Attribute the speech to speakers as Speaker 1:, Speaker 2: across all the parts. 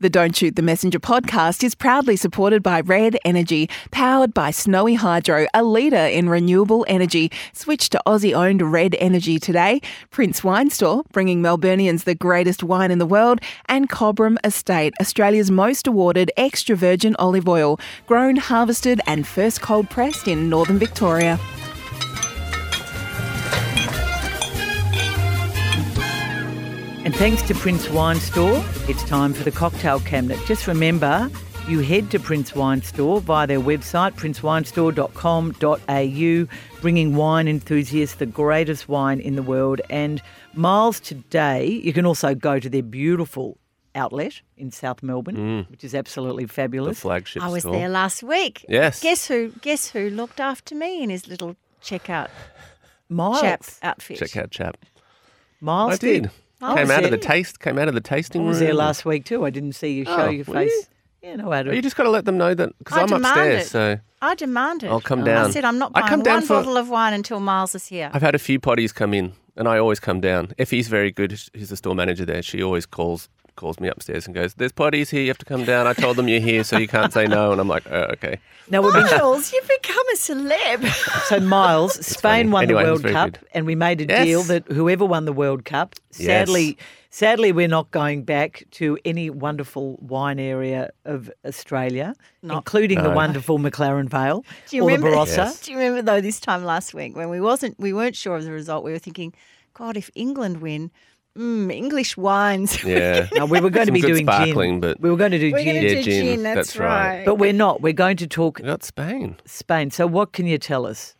Speaker 1: The Don't Shoot the Messenger podcast is proudly supported by Red Energy, powered by Snowy Hydro, a leader in renewable energy. Switch to Aussie owned Red Energy today. Prince Wine Store, bringing Melburnians the greatest wine in the world, and Cobram Estate, Australia's most awarded extra virgin olive oil, grown, harvested, and first cold pressed in northern Victoria.
Speaker 2: And thanks to Prince Wine Store, it's time for the cocktail cabinet. Just remember, you head to Prince Wine Store via their website, princeWinestore.com.au, bringing wine enthusiasts the greatest wine in the world. And Miles, today, you can also go to their beautiful outlet in South Melbourne, which is absolutely
Speaker 3: Mm. The
Speaker 2: fabulous.
Speaker 3: flagship
Speaker 4: I was
Speaker 3: store.
Speaker 4: there last week.
Speaker 3: Yes.
Speaker 4: Guess who? Guess who looked after me in his little checkout
Speaker 2: Miles,
Speaker 4: chap outfit?
Speaker 3: Check out chap.
Speaker 2: Miles
Speaker 3: I did.
Speaker 2: I
Speaker 3: came
Speaker 2: was
Speaker 3: out of the
Speaker 2: there.
Speaker 3: taste. Came out of the tasting
Speaker 2: I was
Speaker 3: room.
Speaker 2: there last week too. I didn't see you show
Speaker 3: Oh,
Speaker 2: your
Speaker 3: were you?
Speaker 2: face. Yeah, no, Adam.
Speaker 3: You just got to let them know that because
Speaker 4: I
Speaker 3: I'm
Speaker 4: demand
Speaker 3: upstairs.
Speaker 4: it.
Speaker 3: So
Speaker 4: I demanded.
Speaker 3: I'll come
Speaker 4: I
Speaker 3: down.
Speaker 4: said I'm not
Speaker 3: I
Speaker 4: buying
Speaker 3: come down
Speaker 4: one
Speaker 3: for-
Speaker 4: bottle of wine until Miles is here.
Speaker 3: I've had a few potties come in, and I always come down. Effie's very good. She's the store manager there. She always calls calls me upstairs and goes, "There's potties here. You have to come down. I told them you're here, so you can't say no." And I'm like, oh, "Okay."
Speaker 2: now we've been
Speaker 4: Miles, you've become a celeb.
Speaker 2: So Miles, Spain
Speaker 3: funny.
Speaker 2: won
Speaker 3: Anyway,
Speaker 2: the
Speaker 3: it was
Speaker 2: World
Speaker 3: very
Speaker 2: Cup,
Speaker 3: good.
Speaker 2: and we made a
Speaker 3: Yes.
Speaker 2: deal that whoever won the World Cup, sadly, sadly, we're not going back to any wonderful wine area of Australia, including the wonderful McLaren Vale
Speaker 4: Do you
Speaker 2: or
Speaker 4: remember?
Speaker 2: the Barossa.
Speaker 4: Do you remember though this time last week when we wasn't we weren't sure of the result? We were thinking, God, if England win, mm, English wines.
Speaker 3: Yeah.
Speaker 2: Now we were going to
Speaker 3: Some
Speaker 2: be
Speaker 3: good
Speaker 2: doing
Speaker 3: sparkling,
Speaker 2: gin.
Speaker 3: but-
Speaker 2: we were going to do
Speaker 4: We're
Speaker 2: gin,
Speaker 4: going
Speaker 3: Yeah,
Speaker 4: to do
Speaker 3: gin,
Speaker 4: gin. That's,
Speaker 3: that's right.
Speaker 2: but we're not. We're going to talk
Speaker 3: We got Spain.
Speaker 2: Spain. So what can you tell us?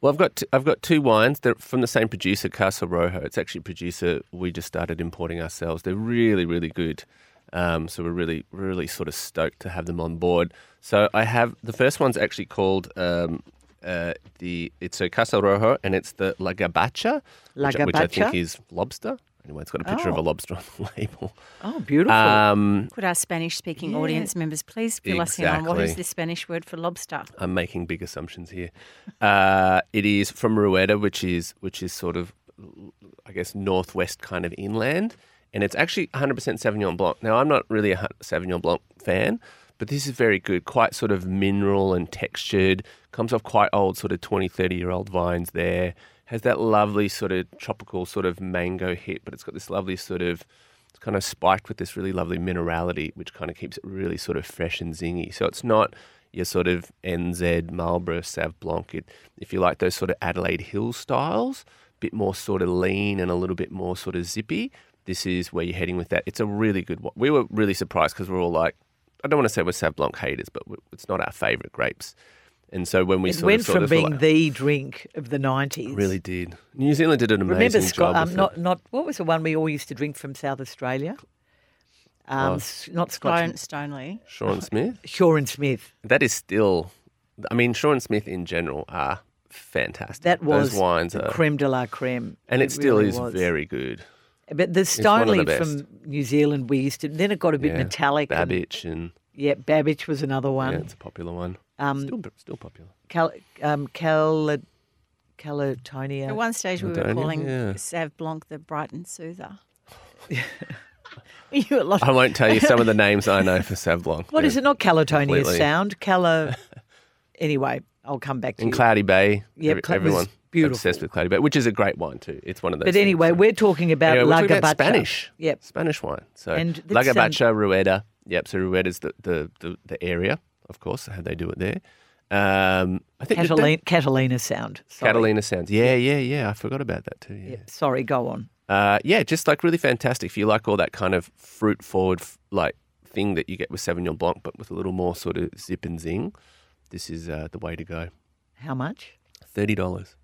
Speaker 3: Well, I've got t- I've got two wines. They're from the same producer, Casa Rojo. It's actually a producer we just started importing ourselves. They're really really good. Um, so we're really really sort of stoked to have them on board. So I have the first one's actually called um, uh, the it's a Casa Rojo and it's the La Gabacha,
Speaker 2: La
Speaker 3: which, which I think
Speaker 2: Gabacha?
Speaker 3: is lobster. Anyway, it's got a picture of
Speaker 2: Oh.
Speaker 3: a lobster on the label.
Speaker 2: Oh, beautiful.
Speaker 3: Um,
Speaker 4: Could our Spanish speaking audience members please fill us in on what
Speaker 3: Exactly.
Speaker 4: is the Spanish word for lobster?
Speaker 3: I'm making big assumptions here. Uh, it is from Rueda, which is which is sort of, I guess, northwest kind of inland, and it's actually 100% Sauvignon Blanc. Now, I'm not really a hu- Sauvignon Blanc fan, but this is very good. Quite sort of mineral and textured. Comes off quite old, sort of 20, 30 year old vines. There has that lovely sort of tropical sort of mango hit, but it's got this lovely sort of it's kind of spiked with this really lovely minerality, which kind of keeps it really sort of fresh and zingy. So it's not your sort of NZ Marlborough Sav Blanc. It, if you like those sort of Adelaide Hill styles, a bit more sort of lean and a little bit more sort of zippy, this is where you're heading with that. It's a really good one. We were really surprised because we're all like, I don't want to say we're Sav Blanc haters, but we- it's not our favourite grapes. And so when we
Speaker 2: it
Speaker 3: sort
Speaker 2: went
Speaker 3: of sort
Speaker 2: from
Speaker 3: of
Speaker 2: being
Speaker 3: like,
Speaker 2: the drink of the nineties.
Speaker 3: really did. New Zealand did an amazing
Speaker 2: Remember,
Speaker 3: job.
Speaker 2: Scott,
Speaker 3: with
Speaker 2: um,
Speaker 3: it.
Speaker 2: not not what was the one we all used to drink from South Australia? Um,
Speaker 3: Oh.
Speaker 2: s- not Scotch.
Speaker 4: Stone, Stonely.
Speaker 3: Sean Smith.
Speaker 2: Shaw and Smith.
Speaker 3: That is still, I mean, Sean Smith in general are fantastic.
Speaker 2: That was
Speaker 3: those wines
Speaker 2: the
Speaker 3: are,
Speaker 2: creme de la creme,
Speaker 3: and it, still
Speaker 2: really
Speaker 3: is
Speaker 2: was.
Speaker 3: very good.
Speaker 2: But the
Speaker 3: one of the
Speaker 2: Stoneleigh from New Zealand, we used to. Then it got a bit
Speaker 3: Yeah.
Speaker 2: metallic. and-
Speaker 3: Babbage and
Speaker 2: yeah, Babbage was another
Speaker 3: yeah,
Speaker 2: one.
Speaker 3: it's a popular one.
Speaker 2: Um,
Speaker 3: still, still popular.
Speaker 2: Cal, um, Cal,
Speaker 4: At
Speaker 2: Calatonia.
Speaker 4: one stage, we were
Speaker 3: Madonia,
Speaker 4: calling
Speaker 3: yeah.
Speaker 4: Sav Blanc the Brighton Soother. you a lot
Speaker 3: I won't tell you some of the names I know for Sav Blanc.
Speaker 2: What is it? Not Calatonia
Speaker 3: Completely.
Speaker 2: sound. Cala. anyway, I'll come back to
Speaker 3: In
Speaker 2: you.
Speaker 3: Cloudy Bay.
Speaker 2: Yeah,
Speaker 3: every-
Speaker 2: Cla- was
Speaker 3: everyone
Speaker 2: beautiful.
Speaker 3: obsessed with Cloudy Bay, which is a great wine too. It's one of those.
Speaker 2: but
Speaker 3: things,
Speaker 2: anyway,
Speaker 3: so-
Speaker 2: we're talking about
Speaker 3: Anyway,
Speaker 2: La
Speaker 3: we're talking about
Speaker 2: Gabacha.
Speaker 3: Spanish.
Speaker 2: Yep.
Speaker 3: Spanish wine. So
Speaker 2: And
Speaker 3: La
Speaker 2: that's, um,
Speaker 3: Gabacha, Rueda. Yep. So Rueda's the, the, the, the area, of course, how they do it there. Um, I think that-
Speaker 2: Catalina, Catalina sound. Sorry.
Speaker 3: Catalina sounds. Yeah, yeah, yeah. I forgot about that too. Yeah.
Speaker 2: Yeah, sorry, go on.
Speaker 3: Uh, yeah, just like really fantastic. If you like all that kind of fruit forward f- like thing that you get with Sauvignon Blanc, but with a little more sort of zip and zing, this is uh, the way to go.
Speaker 2: How much?
Speaker 3: Thirty dollars.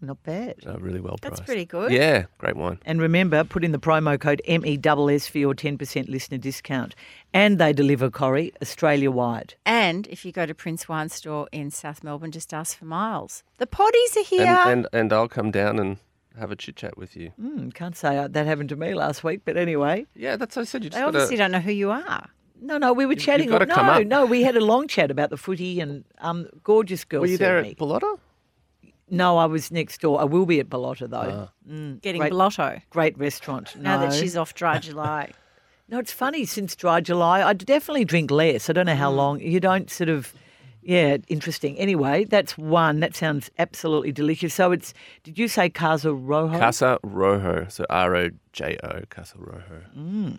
Speaker 2: Not bad.
Speaker 3: Uh, really well priced.
Speaker 4: That's pretty good.
Speaker 3: Yeah, great wine.
Speaker 2: And remember, put in the promo code MESS for your 10% listener discount. And they deliver, Corrie, Australia wide.
Speaker 4: And if you go to Prince Wine Store in South Melbourne, just ask for Miles. The potties are here.
Speaker 3: And, and and I'll come down and have a chit chat with you.
Speaker 4: Mm.
Speaker 2: Hmm, can't say uh, that happened to me last week, but anyway.
Speaker 3: Yeah, that's what I said. You
Speaker 4: they
Speaker 3: just
Speaker 4: obviously
Speaker 3: gotta,
Speaker 4: don't know who you are.
Speaker 2: No, no, we were chatting.
Speaker 3: gotta
Speaker 2: no,
Speaker 3: come up.
Speaker 2: no, we had a long chat about the footy and um, gorgeous girl.
Speaker 3: were you there
Speaker 2: Sydney.
Speaker 3: at Bellotta?
Speaker 2: No, I was next door. I will be
Speaker 3: Ah.
Speaker 2: at Bellotta though. Mm,
Speaker 4: Getting
Speaker 2: Great.
Speaker 4: blotto
Speaker 2: great restaurant. No.
Speaker 4: now that she's off dry July.
Speaker 2: No, it's funny. Since dry July, I definitely drink less. I don't know
Speaker 3: Mm.
Speaker 2: how long. You don't sort of, yeah, interesting. Anyway, that's one. That sounds absolutely delicious. So it's, did you say Casa Rojo?
Speaker 4: Oh.
Speaker 3: Casa Rojo, so R O J O, Casa Rojo.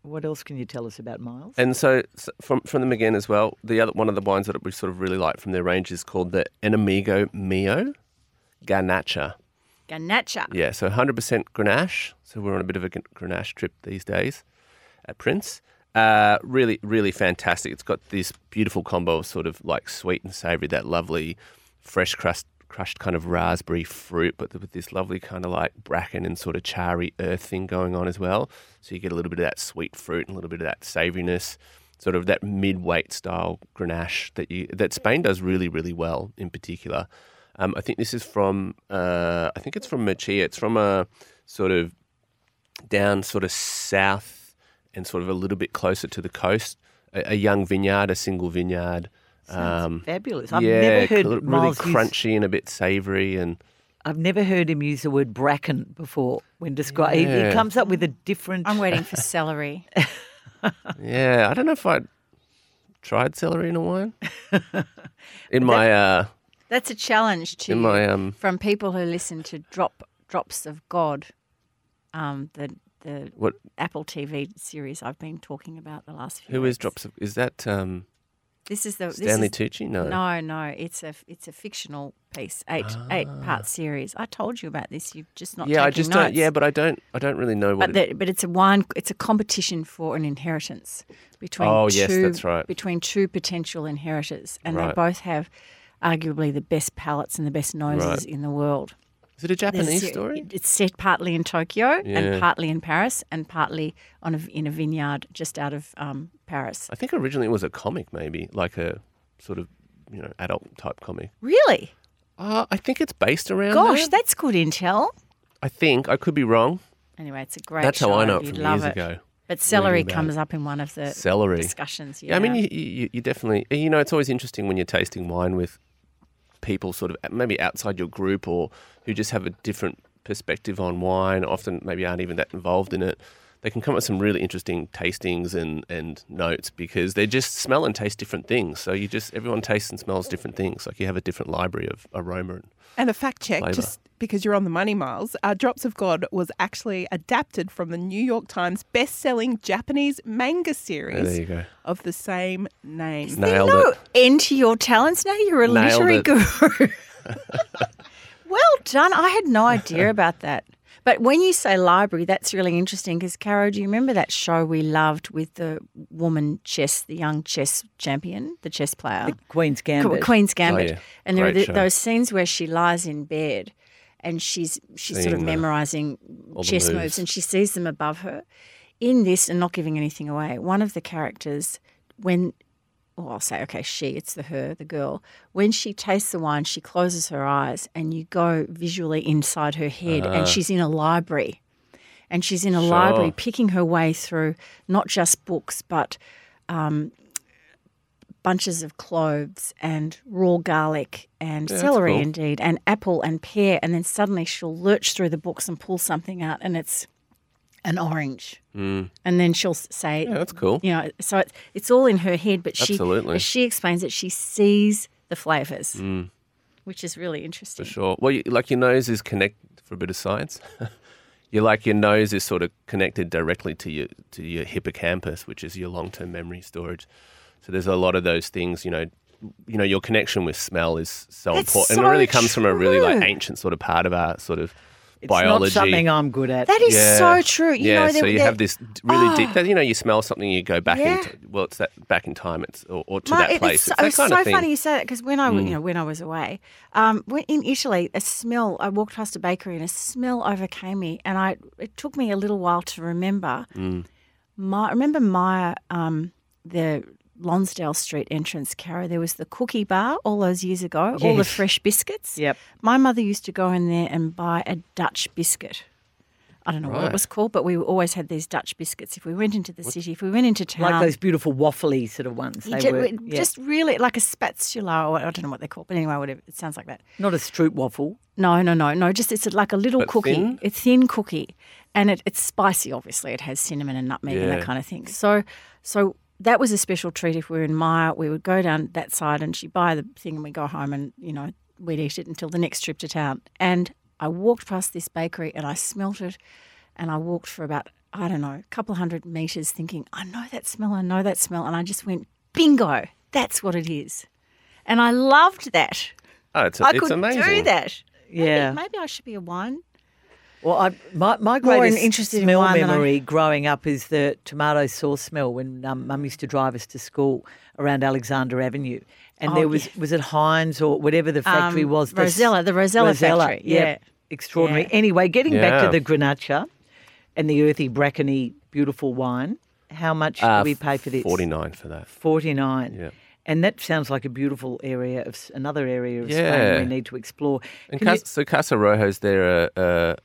Speaker 2: What else can you tell us about Miles?
Speaker 3: And so, s from from them again as well. The other one of the wines that we sort of really like from their range is called the Enemigo Mio Ganacha.
Speaker 4: Ganacha.
Speaker 3: Yeah, so 100% Grenache. So we're on a bit of a Gren- Grenache trip these days at Prince. Uh, really, really fantastic. It's got this beautiful combo of sort of like sweet and savory, that lovely fresh crust, crushed kind of raspberry fruit, but with this lovely kind of like bracken and sort of charry earth thing going on as well. So you get a little bit of that sweet fruit and a little bit of that savouriness, sort of that mid-weight style Grenache that you that Spain does really, really well in particular. Um, I think this is from uh, I think it's from Machia. It's from a sort of down sort of south and sort of a little bit closer to the coast. A, a young vineyard, a single vineyard. Um,
Speaker 2: Fabulous. I've
Speaker 3: yeah,
Speaker 2: never
Speaker 3: cl-
Speaker 2: heard
Speaker 3: really
Speaker 2: Miles use-
Speaker 3: crunchy and a bit savoury and
Speaker 2: I've never heard him use the word bracken before when describing. He,
Speaker 3: Yeah.
Speaker 2: comes up with a different.
Speaker 4: I'm waiting for celery.
Speaker 3: yeah. I don't know if I tried celery in a wine in my uh,
Speaker 4: That's a challenge to
Speaker 3: in
Speaker 4: you
Speaker 3: my um.
Speaker 4: from people who listen to Drop Drops of God, um, the the
Speaker 3: What?
Speaker 4: Apple TV series I've been talking about the last few.
Speaker 3: Who is
Speaker 4: weeks.
Speaker 3: drops? Of, is that um,
Speaker 4: This is the
Speaker 3: Stanley
Speaker 4: this is,
Speaker 3: Tucci? No.
Speaker 4: No, no, it's a it's a fictional piece, eight eight part series. I told you about this. You've just not.
Speaker 3: Ah. yeah, I
Speaker 4: taken
Speaker 3: just don't.
Speaker 4: notes.
Speaker 3: Yeah, but I don't. I don't really know what.
Speaker 4: But,
Speaker 3: it,
Speaker 4: the, but it's a wine. It's a competition for an inheritance between
Speaker 3: Oh,
Speaker 4: two
Speaker 3: yes, that's right.
Speaker 4: between two potential inheritors, and they
Speaker 3: Right.
Speaker 4: both have arguably the best palates and the best noses
Speaker 3: Right.
Speaker 4: in the world.
Speaker 3: is it a
Speaker 4: There's a
Speaker 3: Japanese
Speaker 4: se-
Speaker 3: story?
Speaker 4: it- It's set partly in Tokyo
Speaker 3: Yeah.
Speaker 4: and partly in Paris and partly on a, in a vineyard just out of um, Paris.
Speaker 3: I think originally it was a comic, maybe like a sort of you know adult type comic.
Speaker 4: Really?
Speaker 3: Uh, I think it's based around.
Speaker 4: Gosh,
Speaker 3: that.
Speaker 4: that's good intel.
Speaker 3: I think I could be wrong.
Speaker 4: Anyway, it's a great.
Speaker 3: That's how
Speaker 4: show.
Speaker 3: I know it
Speaker 4: You'd
Speaker 3: from
Speaker 4: love
Speaker 3: years
Speaker 4: it.
Speaker 3: ago.
Speaker 4: But celery
Speaker 3: about
Speaker 4: comes up in one of the
Speaker 3: Celery.
Speaker 4: discussions. Yeah.
Speaker 3: Yeah, I mean, you, you, you definitely, you know, it's always interesting when you're tasting wine with people sort of maybe outside your group or who just have a different perspective on wine, often maybe aren't even that involved in it. They can come up with some really interesting tastings and, and notes because they just smell and taste different things. So you just, everyone tastes and smells different things. Like you have a different library of aroma. And,
Speaker 1: And a fact check,
Speaker 3: Flavour.
Speaker 1: just because you're on the money, Miles, uh, Drops of God was actually adapted from the New York Times best-selling Japanese manga
Speaker 3: Yeah, there
Speaker 1: series
Speaker 3: you go.
Speaker 1: of the same name.
Speaker 3: Nailed
Speaker 4: no
Speaker 3: it.
Speaker 4: end to your talents now. You're a
Speaker 3: Nailed
Speaker 4: literary
Speaker 3: it.
Speaker 4: guru. well done. I had no idea about that. But when you say library, that's really interesting because, Caro, do you remember that show we loved with the woman chess, the young chess champion, the chess player?
Speaker 2: Queen's Gambit.
Speaker 4: Queen's Gambit.
Speaker 3: Oh, yeah.
Speaker 4: And there are
Speaker 3: Great
Speaker 4: th
Speaker 3: show.
Speaker 4: those scenes where she lies in bed and she's she's sort of
Speaker 3: Seeing the-
Speaker 4: memorizing
Speaker 3: all the
Speaker 4: chess moves.
Speaker 3: moves.
Speaker 4: and she sees them above her. In this, and not giving anything away, one of the characters, when, well, I'll say, okay, she, it's the her, the girl, when she tastes the wine, she closes her eyes and you go visually inside her head and she's in a library and she's in a library
Speaker 3: Ah. Sure.
Speaker 4: picking her way through not just books but um, bunches of cloves and raw garlic and
Speaker 3: that's
Speaker 4: celery
Speaker 3: cool.
Speaker 4: indeed and apple and pear and then suddenly she'll lurch through the books and pull something out and it's an orange and then she'll s- say
Speaker 3: Mm. Yeah, that's cool.
Speaker 4: you know so it's, it's all in her head but she
Speaker 3: Absolutely. Mm.
Speaker 4: as she explains it she sees the flavors which is really
Speaker 3: For
Speaker 4: interesting
Speaker 3: sure. Well, you, like your nose is connected for a bit of science. you like your nose is sort of connected directly to your to your hippocampus, which is your long term memory storage. So there's a lot of those things, you know. You know, your connection with smell is so
Speaker 4: That's
Speaker 3: important, and
Speaker 4: so
Speaker 3: it really comes from a really like
Speaker 4: true.
Speaker 3: ancient sort of part of our sort of
Speaker 2: It's
Speaker 3: biology.
Speaker 2: not something I'm good at.
Speaker 4: that is
Speaker 3: Yeah.
Speaker 4: so true you
Speaker 3: yeah,
Speaker 4: know there,
Speaker 3: so you
Speaker 4: there- Ah.
Speaker 3: have this d- really deep. That, you know, you smell something, you go back
Speaker 4: Yeah.
Speaker 3: into well, it's that back in time, it's or, or to
Speaker 4: My-
Speaker 3: that place.
Speaker 4: It's, so-
Speaker 3: that
Speaker 4: it's
Speaker 3: kind
Speaker 4: so
Speaker 3: of thing. Hmm.
Speaker 4: funny you say that because when I, w- you know, when I was away, um, when, in Italy, a smell. I walked past a bakery and a smell overcame me, and I it took me a little while to remember.
Speaker 3: Hmm.
Speaker 4: My, remember Maya, um, the Lonsdale Street entrance, Cara. There was the cookie bar all those years ago. All the
Speaker 2: Yes.
Speaker 4: fresh biscuits.
Speaker 2: Yep.
Speaker 4: My mother used to go in there and buy a Dutch biscuit. I don't know what
Speaker 3: Right.
Speaker 4: it was called, but we always had these Dutch biscuits. If we went into the city, if we went into town,
Speaker 2: Like those beautiful waffly sort of ones.
Speaker 4: you
Speaker 2: They
Speaker 4: ju-
Speaker 2: were
Speaker 4: it
Speaker 2: yeah.
Speaker 4: just really like a spatula, or I don't know what they're called, but anyway, whatever. It sounds like that.
Speaker 2: not a stroop waffle.
Speaker 4: No, no, no, no. Just it's like a little
Speaker 3: But
Speaker 4: cookie.
Speaker 3: thin?
Speaker 4: It's thin cookie, and it, it's spicy. Obviously, it has cinnamon and nutmeg and
Speaker 3: Yeah.
Speaker 4: that kind of thing. So, so that was a special treat. If we were in Maya, we would go down that side, and she'd buy the thing, and we would go home, and you know, we'd eat it until the next trip to town. And I walked past this bakery, and I smelt it, and I walked for about I don't know a couple hundred meters, thinking I know that smell, I know that smell, and I just went bingo, that's what it is, and I loved that.
Speaker 3: Oh, it's,
Speaker 4: I
Speaker 3: it's
Speaker 4: could
Speaker 3: amazing.
Speaker 4: do that.
Speaker 2: Yeah.
Speaker 4: Maybe, maybe I should be a wine.
Speaker 2: Well, I, my my
Speaker 4: More
Speaker 2: greatest
Speaker 4: interested in
Speaker 2: smell
Speaker 4: wine than I-
Speaker 2: memory growing up is the tomato sauce smell when um, Mum used to drive us to school around Alexander Avenue, and
Speaker 4: Oh,
Speaker 2: there was was it Heinz or whatever the factory
Speaker 4: Um,
Speaker 2: was. s-
Speaker 4: Rosella, the Rosella factory, yeah.
Speaker 2: extraordinary.
Speaker 4: Yeah.
Speaker 2: Anyway, getting back
Speaker 3: Yeah.
Speaker 2: to the Grenache and the earthy brackeny beautiful wine. How much
Speaker 3: Uh,
Speaker 2: do we pay for this?
Speaker 3: Forty nine for that.
Speaker 2: 49.
Speaker 3: Yeah.
Speaker 2: And that sounds like a beautiful area of s- another area of
Speaker 3: Yeah.
Speaker 2: Spain we need to explore.
Speaker 3: And
Speaker 2: Can you-
Speaker 3: Cas- so Casa Rojo's there. Uh, uh, uh,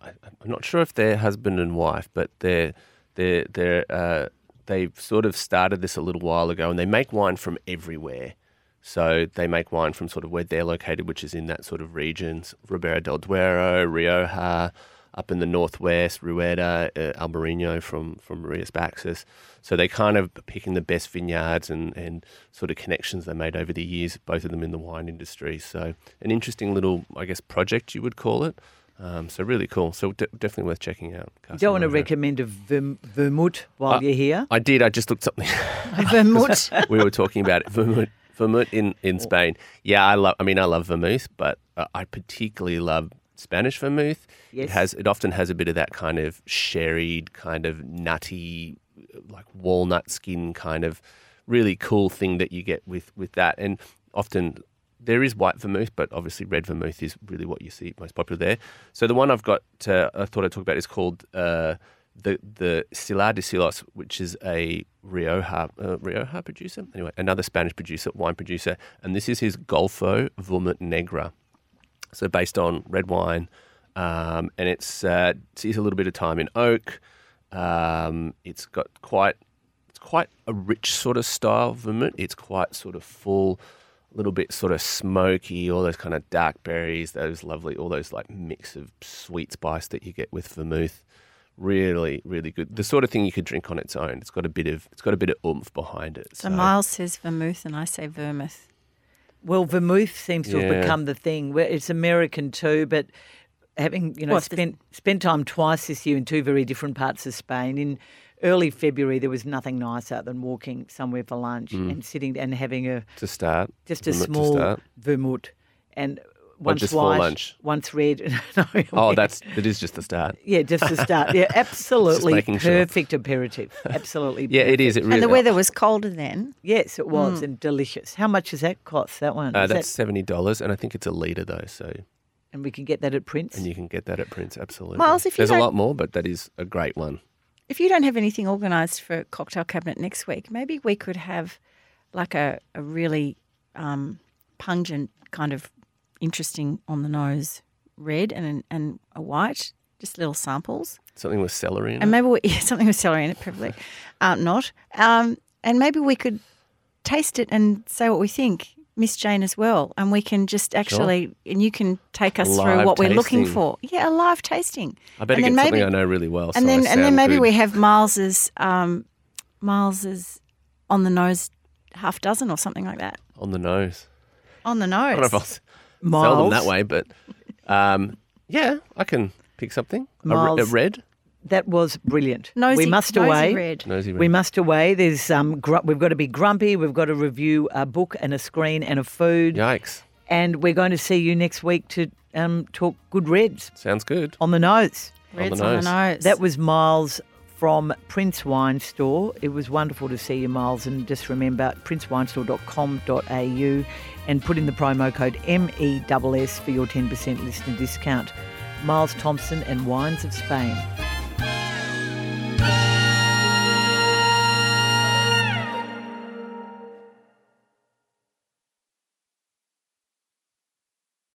Speaker 3: I- I'm not sure if they're husband and wife, but they're they're they're uh, they sort of started this a little while ago, and they make wine from everywhere. So they make wine from sort of where they're located, which is in that sort of regions: Ribera del Duero, Rioja, up in the northwest, Rueda, uh, Albarino from from Rias Baxis. So they kind of picking the best vineyards and and sort of connections they made over the years, both of them in the wine industry. So an interesting little, I guess, project you would call it. Um, so really cool. So de- definitely worth checking out.
Speaker 2: you don't want to
Speaker 3: Casamigos.
Speaker 2: recommend a verm- vermouth while
Speaker 3: Uh,
Speaker 2: you're here?
Speaker 3: I did. I just looked something.
Speaker 4: Vermouth.
Speaker 3: we were talking about it. Vermouth, vermouth in, in Spain. Yeah, I love. I mean, I love vermouth, but uh, I particularly love Spanish vermouth.
Speaker 2: Yes.
Speaker 3: It has. It often has a bit of that kind of sherried, kind of nutty, like walnut skin kind of really cool thing that you get with with that. And often there is white vermouth, but obviously red vermouth is really what you see most popular there. So the one I've got, uh, I thought I'd talk about is called uh, the the Sila de Silos, which is a Rioja uh, Rioja producer, anyway, another Spanish producer, wine producer, and this is his Golfo Vermouth Negra. So based on red wine, um, and it's uh, it's used a little bit of time in oak. Um, it's got quite it's quite a rich sort of style vermouth. It's quite sort of full, a little bit sort of smoky, all those kind of dark berries, those lovely, all those like mix of sweet spice that you get with vermouth. Really, really good. The sort of thing you could drink on its own. It's got a bit of it's got a bit of oomph behind it.
Speaker 4: so Miles says vermouth and I say vermouth.
Speaker 2: Well, vermouth seems to have
Speaker 3: Yeah.
Speaker 2: become the thing. Well, It's American too, but having you know
Speaker 4: Well, it's the-
Speaker 2: spent spent time twice this year in two very different parts of Spain. In early February, there was nothing nicer than walking somewhere for lunch and sitting and having a
Speaker 3: to start,
Speaker 2: just a
Speaker 3: Mm. vermouth to
Speaker 2: small
Speaker 3: start.
Speaker 2: vermouth and once
Speaker 3: just for
Speaker 2: white,
Speaker 3: lunch?
Speaker 2: once red. no,
Speaker 3: Oh, that's it is just the start.
Speaker 2: yeah, just to start. Yeah, absolutely
Speaker 3: making sure.
Speaker 2: perfect aperitif. Absolutely.
Speaker 3: Yeah, it is. It really.
Speaker 4: And the weather was colder then.
Speaker 2: Yes, it was and delicious. How much does that cost? That one.
Speaker 3: Mm. Uh,
Speaker 2: Is that-
Speaker 3: that's seventy dollars, and I think it's a liter though. So,
Speaker 2: and we can get that at Prince.
Speaker 3: and you can get that at Prince. Absolutely.
Speaker 4: Miles, if you
Speaker 3: there's a
Speaker 4: don't-
Speaker 3: lot more, but that is a great one.
Speaker 4: If you don't have anything organised for cocktail cabinet next week, maybe we could have like a, a really um, pungent kind of interesting on the nose red and an- and a white, just little samples.
Speaker 3: Something with celery in
Speaker 4: And
Speaker 3: it.
Speaker 4: maybe we, yeah, something with celery in it, probably uh, not. Um, and maybe we could taste it and say what we think, Miss Jane as well. And we can just actually, and you can take us through
Speaker 3: Live
Speaker 4: what we're looking
Speaker 3: tasting.
Speaker 4: for. Yeah, a live tasting.
Speaker 3: I better
Speaker 4: and
Speaker 3: get
Speaker 4: then
Speaker 3: something
Speaker 4: maybe-
Speaker 3: I know really well. so
Speaker 4: and then
Speaker 3: I
Speaker 4: and then
Speaker 3: sound
Speaker 4: maybe
Speaker 3: good.
Speaker 4: we have Miles's um, Miles's on the nose half dozen or something like that
Speaker 3: on the nose.
Speaker 4: on the
Speaker 3: I don't know if I'll
Speaker 4: nose.
Speaker 3: s- sell them that
Speaker 2: Miles.
Speaker 3: way, but um, yeah, I can pick something. A, re- a
Speaker 2: Miles.
Speaker 3: red
Speaker 2: That was brilliant.
Speaker 4: Nosy,
Speaker 2: we must
Speaker 4: nosy
Speaker 2: away.
Speaker 4: red.
Speaker 3: nosy red.
Speaker 2: We must away. There's um, gr- we've got to be grumpy. We've got to review a book and a screen and a food.
Speaker 3: Yikes!
Speaker 2: And we're going to see you next week to um, talk good reds
Speaker 3: Sounds good.
Speaker 2: on the nose.
Speaker 4: Red's on the nose.
Speaker 2: That was Miles from Prince Wine Store. It was wonderful to see you, Miles. And just remember, princewinestore.com.au and put in the promo code E MESS for your 10% listener discount. Miles Thompson and Wines of Spain.